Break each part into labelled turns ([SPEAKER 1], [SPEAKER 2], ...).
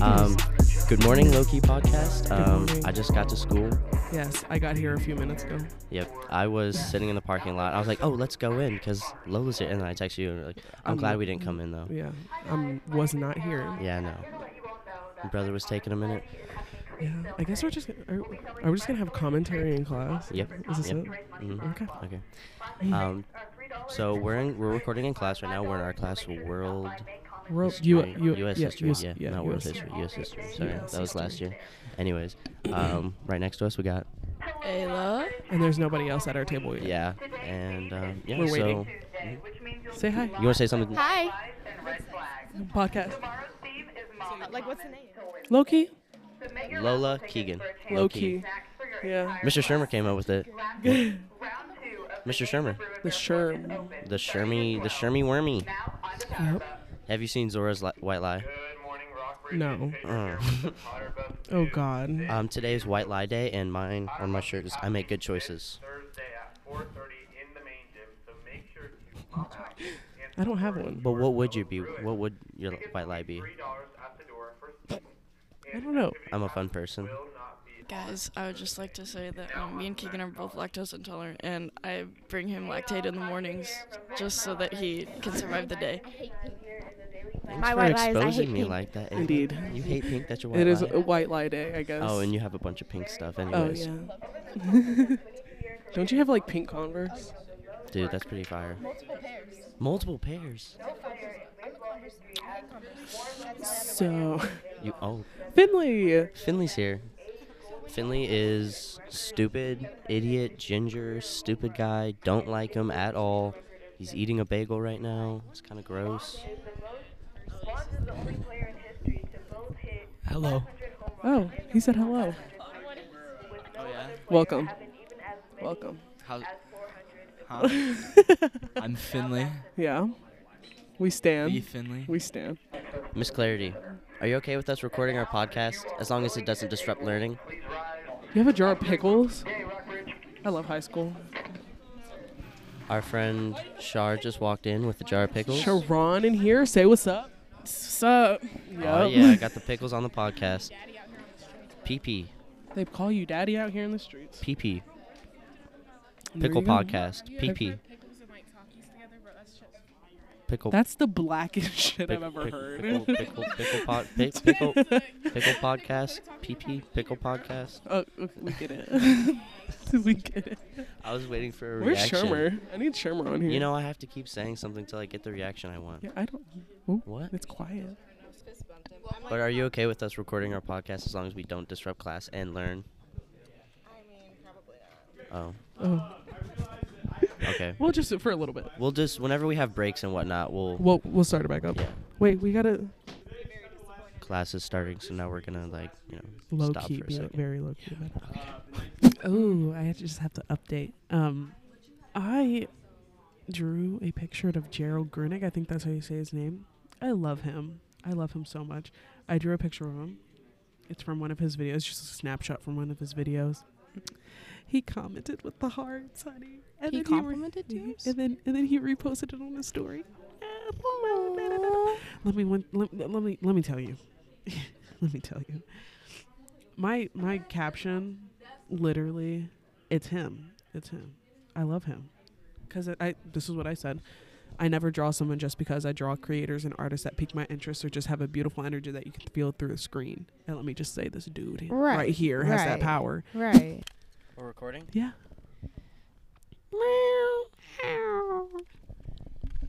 [SPEAKER 1] Um, good morning, Loki podcast. Um, I just got to school.
[SPEAKER 2] Yes, I got here a few minutes ago.
[SPEAKER 1] Yep, I was sitting in the parking lot. I was like, "Oh, let's go in," because Lola's here, and then I text you. And you're like, I'm
[SPEAKER 2] I'm
[SPEAKER 1] glad
[SPEAKER 2] not-
[SPEAKER 1] we didn't come in though.
[SPEAKER 2] Yeah, I was not here.
[SPEAKER 1] Oh. Yeah, no. My brother was taking a minute.
[SPEAKER 2] Yeah, I guess we're just gonna- are, are we just gonna have commentary in class?
[SPEAKER 1] Yep.
[SPEAKER 2] Is this
[SPEAKER 1] yep.
[SPEAKER 2] it?
[SPEAKER 1] Mhm.
[SPEAKER 2] Okay.
[SPEAKER 1] Okay. Um, so we're in, we're recording in class right now. We're in our class world.
[SPEAKER 2] World
[SPEAKER 1] history,
[SPEAKER 2] U, U,
[SPEAKER 1] U.S.
[SPEAKER 2] yeah,
[SPEAKER 1] history,
[SPEAKER 2] US
[SPEAKER 1] yeah,
[SPEAKER 2] yeah,
[SPEAKER 1] not world
[SPEAKER 2] US.
[SPEAKER 1] history, U.S. history. Sorry,
[SPEAKER 2] US
[SPEAKER 1] that was last
[SPEAKER 2] history.
[SPEAKER 1] year. Anyways, um, right next to us we got
[SPEAKER 3] Ayla.
[SPEAKER 2] And there's nobody else at our table yet.
[SPEAKER 1] yeah, and um, yeah.
[SPEAKER 2] We're
[SPEAKER 1] so
[SPEAKER 2] waiting. Say hi.
[SPEAKER 1] you want to say something?
[SPEAKER 3] Hi.
[SPEAKER 2] Podcast.
[SPEAKER 3] Like, what's the name?
[SPEAKER 2] Loki.
[SPEAKER 1] Lola Keegan.
[SPEAKER 2] Low key. Yeah.
[SPEAKER 1] Mr. Shermer came up with it. Mr. Shermer.
[SPEAKER 2] The Sherm.
[SPEAKER 1] The Shermy, the Shermy Wormy.
[SPEAKER 2] Yep.
[SPEAKER 1] Have you seen Zora's Li- White Lie?
[SPEAKER 2] No.
[SPEAKER 1] Mm.
[SPEAKER 2] Oh God.
[SPEAKER 1] um, today is White Lie Day, and mine on my shirt is I make good choices.
[SPEAKER 2] I don't have one.
[SPEAKER 1] But what would you be? What would your white lie be?
[SPEAKER 2] I don't know.
[SPEAKER 1] I'm a fun person.
[SPEAKER 3] Guys, I would just like to say that um, me and Keegan are both lactose intolerant, and I bring him lactate in the mornings just so that he can survive the day.
[SPEAKER 1] Thanks
[SPEAKER 4] My
[SPEAKER 1] for
[SPEAKER 4] white lies, I
[SPEAKER 1] exposing
[SPEAKER 4] hate
[SPEAKER 1] me
[SPEAKER 4] pink.
[SPEAKER 1] like that. Ava.
[SPEAKER 2] Indeed.
[SPEAKER 1] You hate pink. That's your white
[SPEAKER 2] It is
[SPEAKER 1] lie.
[SPEAKER 2] a white lie day, I guess.
[SPEAKER 1] oh, and you have a bunch of pink stuff,
[SPEAKER 2] Oh
[SPEAKER 1] anyways.
[SPEAKER 2] yeah. don't you have like pink Converse?
[SPEAKER 1] Dude, that's pretty fire. Multiple pairs.
[SPEAKER 2] So,
[SPEAKER 1] You oh,
[SPEAKER 2] Finley.
[SPEAKER 1] Finley's here. Finley is stupid, idiot, ginger, stupid guy. Don't like him at all. He's eating a bagel right now. It's kind of gross.
[SPEAKER 5] Hello.
[SPEAKER 2] Oh, he said hello.
[SPEAKER 5] Oh yeah.
[SPEAKER 2] Welcome. Welcome.
[SPEAKER 5] How? Huh? I'm Finley.
[SPEAKER 2] yeah. We
[SPEAKER 5] Are you
[SPEAKER 2] stand.
[SPEAKER 5] Finley?
[SPEAKER 2] We stand.
[SPEAKER 1] Miss Clarity, are you okay with us recording our podcast as long as it doesn't disrupt learning?
[SPEAKER 2] You have a jar of pickles? I love high school.
[SPEAKER 1] Our friend Shar just walked in with a jar of pickles.
[SPEAKER 2] Sharon in here, say what's up.
[SPEAKER 3] Sup?
[SPEAKER 1] Oh yeah, I got the pickles on the podcast. Pee pee,
[SPEAKER 2] They call you daddy out here in the streets.
[SPEAKER 1] pee pee,
[SPEAKER 2] There
[SPEAKER 1] pickle
[SPEAKER 2] you go.
[SPEAKER 1] podcast, pee pee, pickle.
[SPEAKER 2] That's the blackest shit
[SPEAKER 1] pick-
[SPEAKER 2] I've ever
[SPEAKER 1] pick-
[SPEAKER 2] heard.
[SPEAKER 1] Pickle, pickle, pickle, pod, pick, pickle, pickle podcast, PP, pickle podcast.
[SPEAKER 2] oh, okay, we get it. we get it.
[SPEAKER 1] I was waiting for a
[SPEAKER 2] Where's
[SPEAKER 1] reaction.
[SPEAKER 2] Shermer? I need Shermer on here.
[SPEAKER 1] You know, I have to keep saying something till I get the reaction I want.
[SPEAKER 2] Yeah, I don't. Ooh,
[SPEAKER 1] What?
[SPEAKER 2] It's quiet.
[SPEAKER 1] But are you okay with us recording our podcast as long as we don't disrupt class and learn? Oh,
[SPEAKER 2] Oh.
[SPEAKER 1] okay.
[SPEAKER 2] We'll just sit for a little bit.
[SPEAKER 1] We'll just whenever we have breaks and whatnot, we'll
[SPEAKER 2] We'll we'll start it back up.
[SPEAKER 1] Yeah.
[SPEAKER 2] Wait, we gotta
[SPEAKER 1] class is starting, so now we're gonna like you know
[SPEAKER 6] low
[SPEAKER 1] stop
[SPEAKER 6] key,
[SPEAKER 1] for a
[SPEAKER 6] be
[SPEAKER 1] second.
[SPEAKER 6] very low key. Oh, I just have to update. Um, I drew a picture of Gerald Grunick. I think that's how you say his name. I love him. I love him so much. I drew a picture of him. It's from one of his videos, just a snapshot from one of his videos. He commented with the hearts, honey. And
[SPEAKER 4] He
[SPEAKER 6] then
[SPEAKER 4] complimented
[SPEAKER 6] he re-
[SPEAKER 4] yours?
[SPEAKER 6] and then and then he reposted it on his story. Let me one- let, let me let me tell you. let me tell you. My my caption, literally, it's him. It's him. I love him, because I, I this is what I said. I never draw someone just because I draw creators and artists that pique my interest or just have a beautiful energy that you can feel through a screen. And let me just say, this dude right,
[SPEAKER 4] Right,
[SPEAKER 6] here has that
[SPEAKER 4] right.
[SPEAKER 6] power.
[SPEAKER 4] Right.
[SPEAKER 1] We're recording.
[SPEAKER 6] Yeah.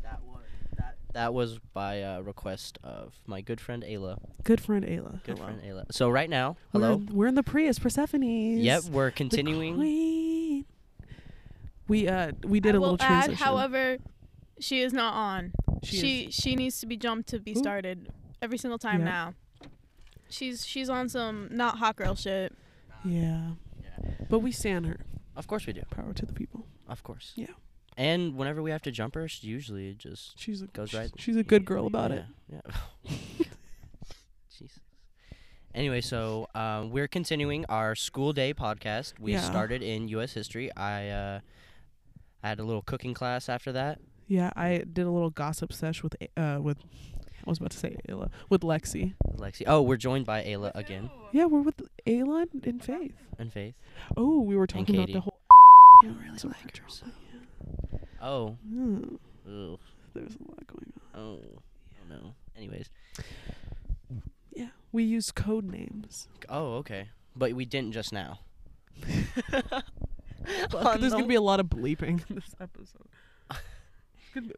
[SPEAKER 1] That was that, that was by uh, request of my good friend Ayla.
[SPEAKER 6] Good friend Ayla.
[SPEAKER 1] Good
[SPEAKER 6] Hello.
[SPEAKER 1] friend Ayla. So right now,
[SPEAKER 6] We're
[SPEAKER 1] hello.
[SPEAKER 6] in- We're in, the Prius Persephone's.
[SPEAKER 1] Yep, we're
[SPEAKER 6] The
[SPEAKER 1] continuing.
[SPEAKER 6] queen. We uh we did
[SPEAKER 7] I
[SPEAKER 6] a little
[SPEAKER 7] will add,
[SPEAKER 6] transition.
[SPEAKER 7] however, she is not on.
[SPEAKER 6] She
[SPEAKER 7] She
[SPEAKER 6] is-
[SPEAKER 7] she, needs to be jumped to be
[SPEAKER 6] Who?
[SPEAKER 7] started every single time
[SPEAKER 6] Yeah.
[SPEAKER 7] now. She's she's on some not hot girl shit.
[SPEAKER 6] yeah. But we stand her.
[SPEAKER 1] Of course we do.
[SPEAKER 6] Power to the people.
[SPEAKER 1] Of course.
[SPEAKER 6] Yeah.
[SPEAKER 1] And whenever we have to jump her, she usually just
[SPEAKER 6] She's a
[SPEAKER 1] Goes
[SPEAKER 6] she's,
[SPEAKER 1] right-
[SPEAKER 6] she's a good girl about it.
[SPEAKER 1] Yeah. yeah. Jesus. Anyway, so um, we're continuing our school day podcast. We
[SPEAKER 6] Yeah.
[SPEAKER 1] started in U.S. history. I uh, I had a little cooking class after that.
[SPEAKER 6] Yeah, I did a little gossip sesh with A- uh with
[SPEAKER 4] I was about to say Ayla with Lexi.
[SPEAKER 1] Lexi. Oh, we're joined by Ayla again
[SPEAKER 4] Yeah, we're with Ayla and Faith.
[SPEAKER 1] and Faith.
[SPEAKER 4] Oh, we were talking about
[SPEAKER 1] Katie.
[SPEAKER 4] the whole.
[SPEAKER 1] I don't really like her. So. Oh.
[SPEAKER 4] Mm,
[SPEAKER 1] Ugh.
[SPEAKER 4] there's a lot going on.
[SPEAKER 1] Oh. Oh no. Anyways.
[SPEAKER 4] Yeah, we use code names.
[SPEAKER 1] Oh, okay. But we didn't just now.
[SPEAKER 4] Fuck, there's gonna be a lot of bleeping in this episode. It's gonna be-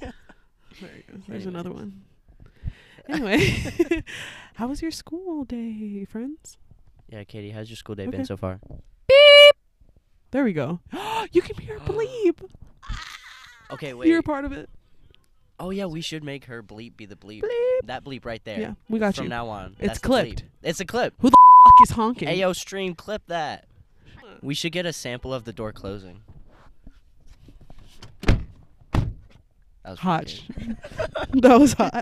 [SPEAKER 4] there you go. There's another one. Anyway, how was your school day, friends?
[SPEAKER 1] Yeah, Katie, how's your school day
[SPEAKER 4] Okay.
[SPEAKER 1] been so far?
[SPEAKER 4] There we go. you can hear a bleep.
[SPEAKER 1] Okay,
[SPEAKER 4] You're a
[SPEAKER 1] wait.
[SPEAKER 4] part of it.
[SPEAKER 1] Oh yeah, we should make her bleep be the bleep.
[SPEAKER 4] Bleep.
[SPEAKER 1] That bleep right there.
[SPEAKER 4] Yeah, we got
[SPEAKER 1] From
[SPEAKER 4] you.
[SPEAKER 1] now on.
[SPEAKER 4] It's
[SPEAKER 1] that's the bleep.
[SPEAKER 4] clipped.
[SPEAKER 1] It's a clip.
[SPEAKER 4] Who the fuck is honking?
[SPEAKER 1] Ayo stream clip that. We should get a sample of the door closing. That was pretty
[SPEAKER 4] Hotch.
[SPEAKER 1] good.
[SPEAKER 4] that was hot.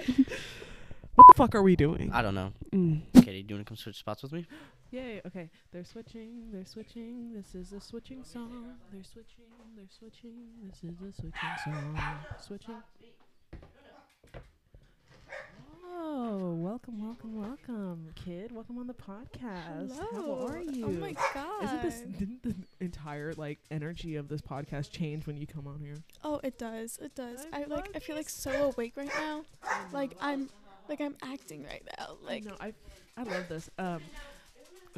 [SPEAKER 4] what the fuck are we doing?
[SPEAKER 1] I don't know.
[SPEAKER 4] Mm.
[SPEAKER 1] Katie, do you want to come switch spots with me?
[SPEAKER 4] Yay, okay. They're switching, they're switching, this is a switching song. They're switching, they're switching, this is a switching song. Switching.
[SPEAKER 6] Oh, welcome, welcome, welcome, kid. Welcome on the podcast. How
[SPEAKER 3] Hello.
[SPEAKER 6] are you?
[SPEAKER 3] Oh my god.
[SPEAKER 6] Isn't this didn't the entire like energy of this podcast change when you come on here?
[SPEAKER 3] Oh, it does. It does.
[SPEAKER 6] I
[SPEAKER 3] I, like.
[SPEAKER 6] love
[SPEAKER 3] I feel like so awake right now. Like I'm. Like I'm acting right now. Like
[SPEAKER 6] no, I I love this. Um,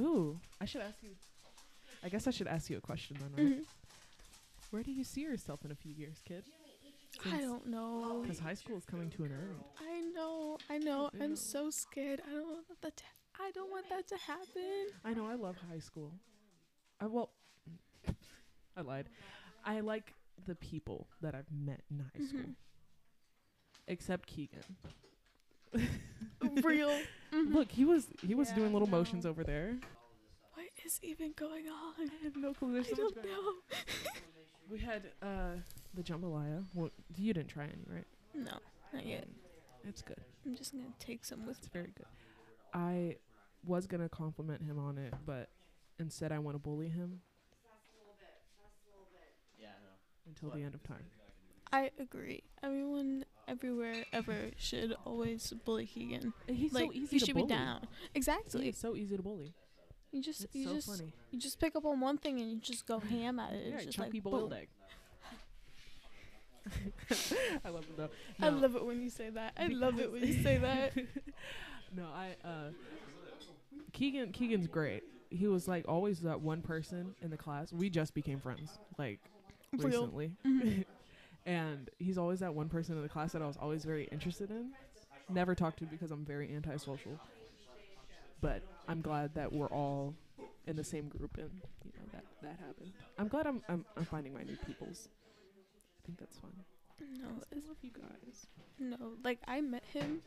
[SPEAKER 6] ooh, I should ask you. I guess I should ask you a question then. Right?
[SPEAKER 3] mhm.
[SPEAKER 6] Where do you see yourself in a few years, kid?
[SPEAKER 3] I don't know.
[SPEAKER 6] Because high school is coming to an end.
[SPEAKER 3] I know. I know.
[SPEAKER 6] Ew.
[SPEAKER 3] I'm so scared. I don't want that. To, I don't want that to happen.
[SPEAKER 6] I know. I love high school. I well, I lied. I like the people that I've met in high school, except Keegan.
[SPEAKER 3] Real. Mhm.
[SPEAKER 6] Look, he was he was
[SPEAKER 3] Yeah,
[SPEAKER 6] doing
[SPEAKER 3] I
[SPEAKER 6] little
[SPEAKER 3] know.
[SPEAKER 6] motions over there.
[SPEAKER 3] What is even going on?
[SPEAKER 6] I have no clue. There's
[SPEAKER 3] I
[SPEAKER 6] so much
[SPEAKER 3] don't
[SPEAKER 6] going on.
[SPEAKER 3] know.
[SPEAKER 6] We had uh the jambalaya. Well, you didn't try any, right? Um,
[SPEAKER 3] No, not yet.
[SPEAKER 6] It's good.
[SPEAKER 3] I'm just gonna take some with
[SPEAKER 6] It's very good. I was gonna compliment him on it, but instead I want to bully him
[SPEAKER 1] Yeah,
[SPEAKER 6] until the end of time.
[SPEAKER 3] I agree. Everyone, everywhere, ever should always bully Keegan.
[SPEAKER 6] He's
[SPEAKER 3] like
[SPEAKER 6] so easy
[SPEAKER 3] he
[SPEAKER 6] to
[SPEAKER 3] should
[SPEAKER 6] bully.
[SPEAKER 3] be down. Exactly.
[SPEAKER 6] He's so easy to bully.
[SPEAKER 3] You just,
[SPEAKER 6] It's
[SPEAKER 3] you
[SPEAKER 6] so
[SPEAKER 3] just,
[SPEAKER 6] funny.
[SPEAKER 3] you just pick up on one thing and you just go ham at it.
[SPEAKER 6] You're
[SPEAKER 3] It's
[SPEAKER 6] a
[SPEAKER 3] just
[SPEAKER 6] chunky
[SPEAKER 3] like
[SPEAKER 6] boiled
[SPEAKER 3] boom.
[SPEAKER 6] egg. I love it though.
[SPEAKER 3] I
[SPEAKER 6] No,
[SPEAKER 3] love it when you say that. I love it when you say that.
[SPEAKER 6] no, I uh Keegan Keegan's great. He was like always that one person in the class. We just became friends like
[SPEAKER 3] Real.
[SPEAKER 6] recently.
[SPEAKER 3] Mhm.
[SPEAKER 6] and he's always that one person in the class that I was always very interested in. Never talked to because I'm very antisocial. But I'm glad that we're all in the same group and you know that that happened. I'm glad I'm I'm, I'm finding my new peoples. I think that's fun.
[SPEAKER 3] No,
[SPEAKER 6] Oh, I love you guys.
[SPEAKER 3] no. Like I met him,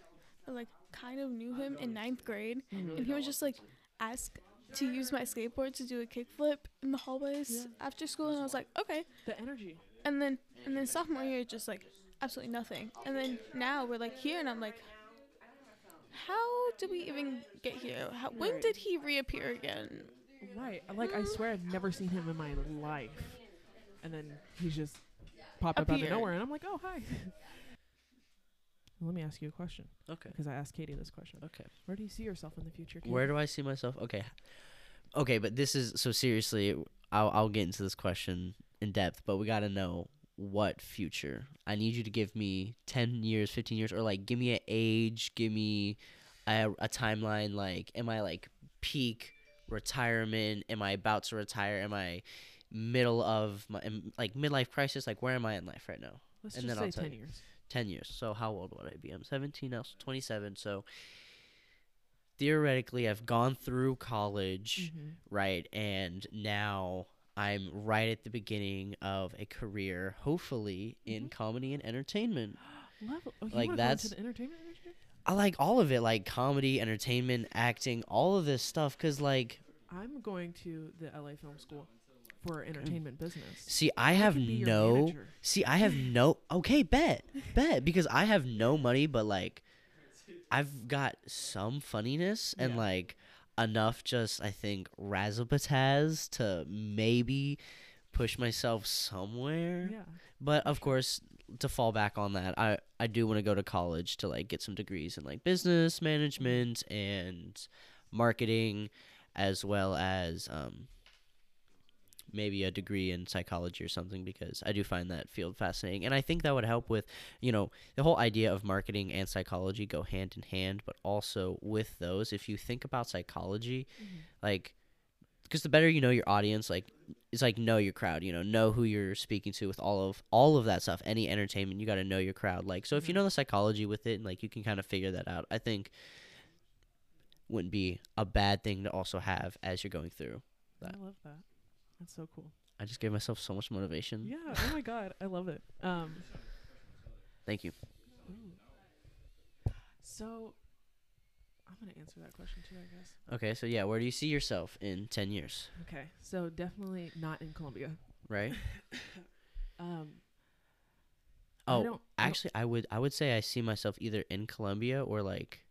[SPEAKER 3] I, like kind of knew him in ninth grade,
[SPEAKER 6] Mm-hmm.
[SPEAKER 3] and he was just like ask to use my skateboard to do a kickflip in the hallways after school, and I was like, okay.
[SPEAKER 6] The energy.
[SPEAKER 3] and then and then sophomore year just like absolutely nothing and then now we're like here and i'm like how did we even get here how, when
[SPEAKER 6] Right.
[SPEAKER 3] did he reappear again
[SPEAKER 6] Right. Like I swear I've never seen him in my life. And then he's just popped up out of
[SPEAKER 3] Appeared.
[SPEAKER 6] nowhere and I'm like, "Oh, hi." Let me ask you a question
[SPEAKER 1] no. Okay.
[SPEAKER 6] because I asked Katie this question.
[SPEAKER 1] Okay.
[SPEAKER 6] Where do you see yourself in the future? Katie?
[SPEAKER 1] Where do I see myself? Okay. Okay, but this is so seriously, I'll I'll get into this question in depth, but we got to know what future. I need you to give me 10 years, 15 years or like give me an age, give me a, a timeline like am I like peak retirement? Am I about to retire? Am I middle of my am- like midlife crisis? Like where am I in life right now?
[SPEAKER 6] Let's
[SPEAKER 1] and
[SPEAKER 6] just
[SPEAKER 1] then I'll
[SPEAKER 6] say
[SPEAKER 1] tell
[SPEAKER 6] 10
[SPEAKER 1] you.
[SPEAKER 6] years.
[SPEAKER 1] 10 years. So how old would I be? I'm 17 now, so 27. So theoretically, I've gone through college, right? And now I'm right at the beginning of a career, hopefully in comedy and entertainment.
[SPEAKER 6] Level. Oh, you
[SPEAKER 1] Like,
[SPEAKER 6] wanna go into
[SPEAKER 1] that's-
[SPEAKER 6] the entertainment industry?
[SPEAKER 1] I like all of it, like comedy, entertainment, acting, all of this stuff cuz like
[SPEAKER 6] I'm going to the LA Film School for entertainment business.
[SPEAKER 1] see, I have
[SPEAKER 6] can be your
[SPEAKER 1] no
[SPEAKER 6] manager.
[SPEAKER 1] See, I have no Okay, bet. Bet because I have no money but like I've got some funniness and
[SPEAKER 6] Yeah.
[SPEAKER 1] like enough just I think razzmatazz to maybe push myself somewhere.
[SPEAKER 6] Yeah.
[SPEAKER 1] But of course, to fall back on that, I I do want to go to college to like get some degrees in like business management and marketing, as well as um maybe a degree in psychology or something because I do find that field fascinating and I think that would help with you know the whole idea of marketing and psychology go hand in hand but also with those if you think about psychology like because the better you know your audience like it's like know your crowd you know know who you're speaking to with all of all of that stuff any entertainment you got to know your crowd like so if
[SPEAKER 6] Mm-hmm.
[SPEAKER 1] you know the psychology with it and like you can kind of figure that out i think wouldn't be a bad thing to also have as you're going through that.
[SPEAKER 6] I love that. That's so cool.
[SPEAKER 1] i just gave myself so much motivation
[SPEAKER 6] Yeah. Oh my god, I love it. Um,
[SPEAKER 1] thank you
[SPEAKER 6] so I'm gonna answer that question too, I guess.
[SPEAKER 1] okay so yeah where do you see yourself in 10 years
[SPEAKER 6] Okay. So definitely not in Colombia.
[SPEAKER 1] right
[SPEAKER 6] Um, I don't- I
[SPEAKER 1] oh
[SPEAKER 6] don't-
[SPEAKER 1] actually i would i would say i see myself either in colombia or like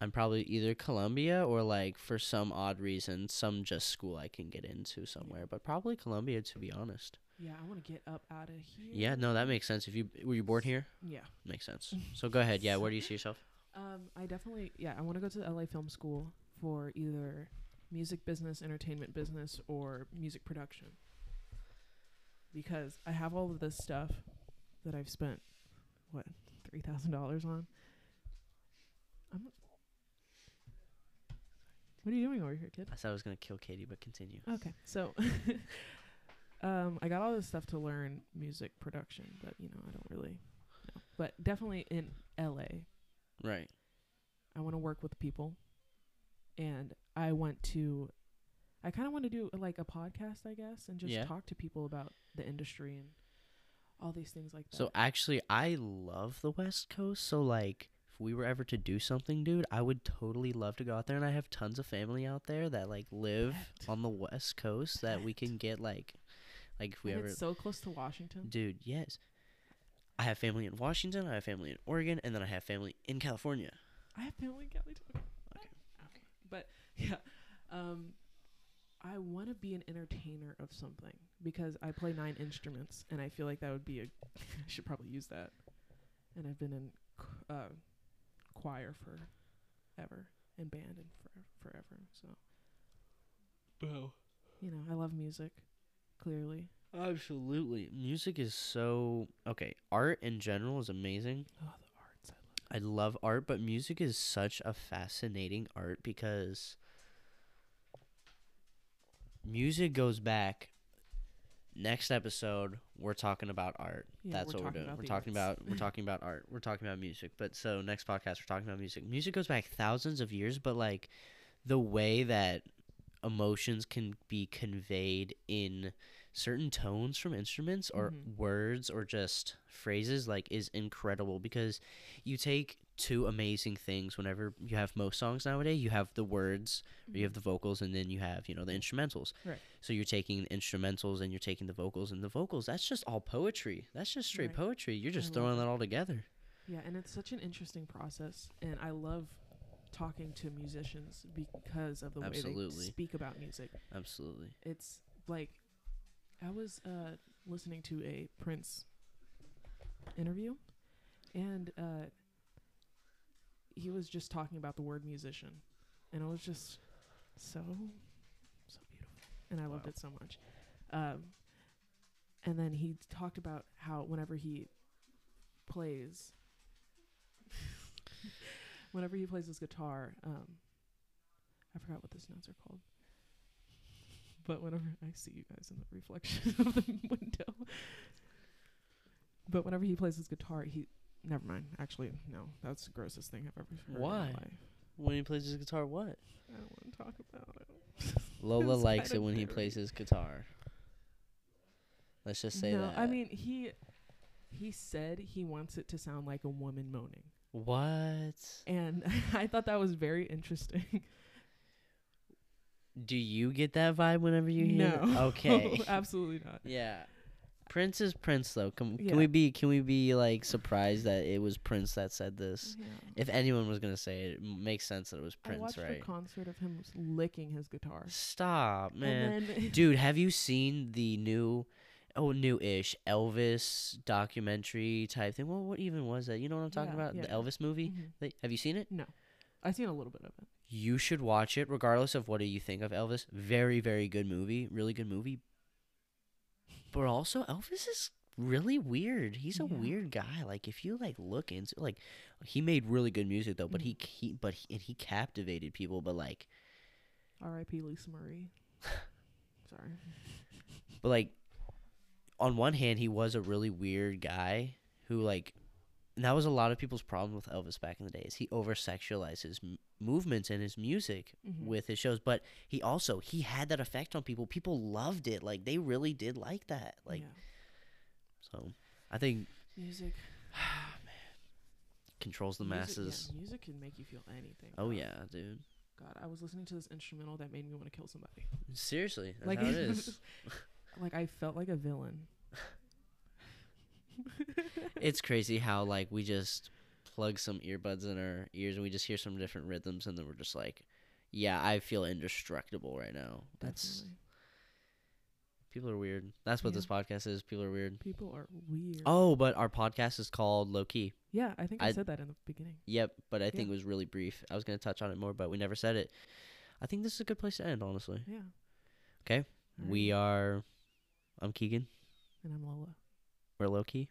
[SPEAKER 1] i'm probably either colombia or like for some odd reason some just school i can get into somewhere but probably colombia to be honest
[SPEAKER 6] yeah, I want to get up out of here.
[SPEAKER 1] yeah no that makes sense if you were you born here
[SPEAKER 6] Yeah.
[SPEAKER 1] makes sense so go ahead yeah where do you see yourself
[SPEAKER 6] Um, I definitely, yeah, I want to go to the LA Film School for either music business, entertainment business, or music production. Because I have all of this stuff that I've spent, what, $3,000 on? I'm what are you doing over here, kid?
[SPEAKER 1] i said i was gonna kill katie but continue
[SPEAKER 6] Okay. So um I got all this stuff to learn music production, but you know, I don't really know. But definitely in LA.
[SPEAKER 1] right
[SPEAKER 6] I want to work with people. And I want to I kind of want to do uh, like a podcast, I guess, and just
[SPEAKER 1] Yeah.
[SPEAKER 6] talk to people about the industry and all these things like that.
[SPEAKER 1] So actually, I love the West Coast. So like, if we were ever to do something, dude, I would totally love to go out there. And I have tons of family out there that like live on the West Coast that we can get like, like if we
[SPEAKER 6] And
[SPEAKER 1] ever,
[SPEAKER 6] it's so close to Washington.
[SPEAKER 1] dude, yes. I have family in Washington. I have family in Oregon, and then I have family in California.
[SPEAKER 6] I have family in Cali too. Okay. Okay. But yeah. Um I want to be an entertainer of something because I play nine instruments and I feel like that would be a I should probably use that. And I've been in ch- uh choir for ever and band and for forever. So
[SPEAKER 2] Wow.
[SPEAKER 6] you know, I love music clearly.
[SPEAKER 1] Absolutely, music is so okay. Art in general is amazing.
[SPEAKER 6] Oh, the arts. I love
[SPEAKER 1] I love art, but music is such a fascinating art because music goes back. Next episode, we're talking about art.
[SPEAKER 6] Yeah,
[SPEAKER 1] That's what
[SPEAKER 6] we're
[SPEAKER 1] we're
[SPEAKER 6] talking
[SPEAKER 1] doing.
[SPEAKER 6] about
[SPEAKER 1] We're
[SPEAKER 6] the
[SPEAKER 1] talking
[SPEAKER 6] arts.
[SPEAKER 1] about we're talking about art. We're talking about music. But so next podcast, we're talking about music. Music goes back thousands of years, but like the way that emotions can be conveyed in certain tones from instruments or
[SPEAKER 6] Mhm.
[SPEAKER 1] words or just phrases like is incredible because you take two amazing things whenever you have most songs nowadays you have the words or you have the vocals and then you have you know the instrumentals
[SPEAKER 6] Mm-hmm. Right.
[SPEAKER 1] so you're taking the instrumentals and you're taking the vocals and the vocals that's just all poetry that's just straight
[SPEAKER 6] Right.
[SPEAKER 1] poetry you're just
[SPEAKER 6] love
[SPEAKER 1] throwing
[SPEAKER 6] it.
[SPEAKER 1] that all together
[SPEAKER 6] Yeah, and it's such an interesting process, and I love talking to musicians because of the way
[SPEAKER 1] Absolutely.
[SPEAKER 6] they speak about music.
[SPEAKER 1] absolutely
[SPEAKER 6] It's like I was uh, listening to a Prince interview, and uh, he was just talking about the word musician, and it was just so so beautiful, and I loved it so much. Um, and then he talked about how whenever he plays, whenever he plays his guitar, um, I forgot what those notes are called. But whenever I see you guys in the reflection of the window, but whenever he plays his guitar, he never mind. Actually, no, that's the grossest thing I've ever heard.
[SPEAKER 1] Why?
[SPEAKER 6] In my life.
[SPEAKER 1] when he plays his guitar what
[SPEAKER 6] I don't want to talk about it.
[SPEAKER 1] lola
[SPEAKER 6] It's
[SPEAKER 1] likes
[SPEAKER 6] kind
[SPEAKER 1] it
[SPEAKER 6] of
[SPEAKER 1] when he
[SPEAKER 6] very-
[SPEAKER 1] plays his guitar let's just say
[SPEAKER 6] no,
[SPEAKER 1] that
[SPEAKER 6] I mean he he said he wants it to sound like a woman moaning.
[SPEAKER 1] what
[SPEAKER 6] And I thought that was very interesting.
[SPEAKER 1] do you get that vibe whenever you hear it?
[SPEAKER 6] no.
[SPEAKER 1] okay
[SPEAKER 6] Oh, Absolutely not.
[SPEAKER 1] yeah Prince is Prince though. Can,
[SPEAKER 6] Yeah.
[SPEAKER 1] can we be can we be like surprised that it was Prince that said this? If anyone was gonna say it, it m- makes sense that it was
[SPEAKER 6] Mm. I
[SPEAKER 1] Prince,
[SPEAKER 6] watched
[SPEAKER 1] right?
[SPEAKER 6] a concert of him licking his guitar.
[SPEAKER 1] Stop, man.
[SPEAKER 6] And then
[SPEAKER 1] Dude, have you seen the new, oh new-ish Elvis documentary type thing? Well, what even was that? You know what I'm talking
[SPEAKER 6] Yeah,
[SPEAKER 1] about?
[SPEAKER 6] yeah,
[SPEAKER 1] the
[SPEAKER 6] yeah.
[SPEAKER 1] Elvis movie.
[SPEAKER 6] Mhm.
[SPEAKER 1] Like, Have you seen it?
[SPEAKER 6] I seen a little bit of it.
[SPEAKER 1] You should watch it, regardless of what do you think of Elvis. Very, very good movie. Really good movie. But also, Elvis is really weird. He's a
[SPEAKER 6] Yeah.
[SPEAKER 1] weird guy. Like if you like look into like, he made really good music though. But he he but he, and he captivated people. But like
[SPEAKER 6] R.I.P. Lisa Marie. Sorry.
[SPEAKER 1] but like on one hand he was a really weird guy who like and that was a lot of people's problem with Elvis back in the day is he over sexualized his m- movements and his music
[SPEAKER 6] Mhm.
[SPEAKER 1] with his shows but he also he had that effect on people people loved it like they really did like that like
[SPEAKER 6] Yeah.
[SPEAKER 1] so i think
[SPEAKER 6] music
[SPEAKER 1] controls the
[SPEAKER 6] music- yeah,
[SPEAKER 1] masses
[SPEAKER 6] music can make you feel anything.
[SPEAKER 1] oh
[SPEAKER 6] God.
[SPEAKER 1] yeah dude
[SPEAKER 6] God, I was listening to this instrumental that made me want to kill somebody.
[SPEAKER 1] seriously that's
[SPEAKER 6] Like-
[SPEAKER 1] how it is
[SPEAKER 6] Like I felt like a villain.
[SPEAKER 1] it's crazy how like we just plug some earbuds in our ears and we just hear some different rhythms and then we're just like yeah i feel indestructible right now that's
[SPEAKER 6] Definitely.
[SPEAKER 1] people are weird that's what
[SPEAKER 6] Yeah.
[SPEAKER 1] this podcast is people are weird
[SPEAKER 6] people are weird.
[SPEAKER 1] oh but our podcast is called low key
[SPEAKER 6] yeah, I think I,
[SPEAKER 1] I-
[SPEAKER 6] said that in the beginning.
[SPEAKER 1] yep but i think it was really brief i was going to touch on it more but we never said it i think this is a good place to end honestly
[SPEAKER 6] Yeah.
[SPEAKER 1] 'Kay.
[SPEAKER 6] Alright.
[SPEAKER 1] we are i'm keegan
[SPEAKER 6] and I'm Lola.
[SPEAKER 1] we're low key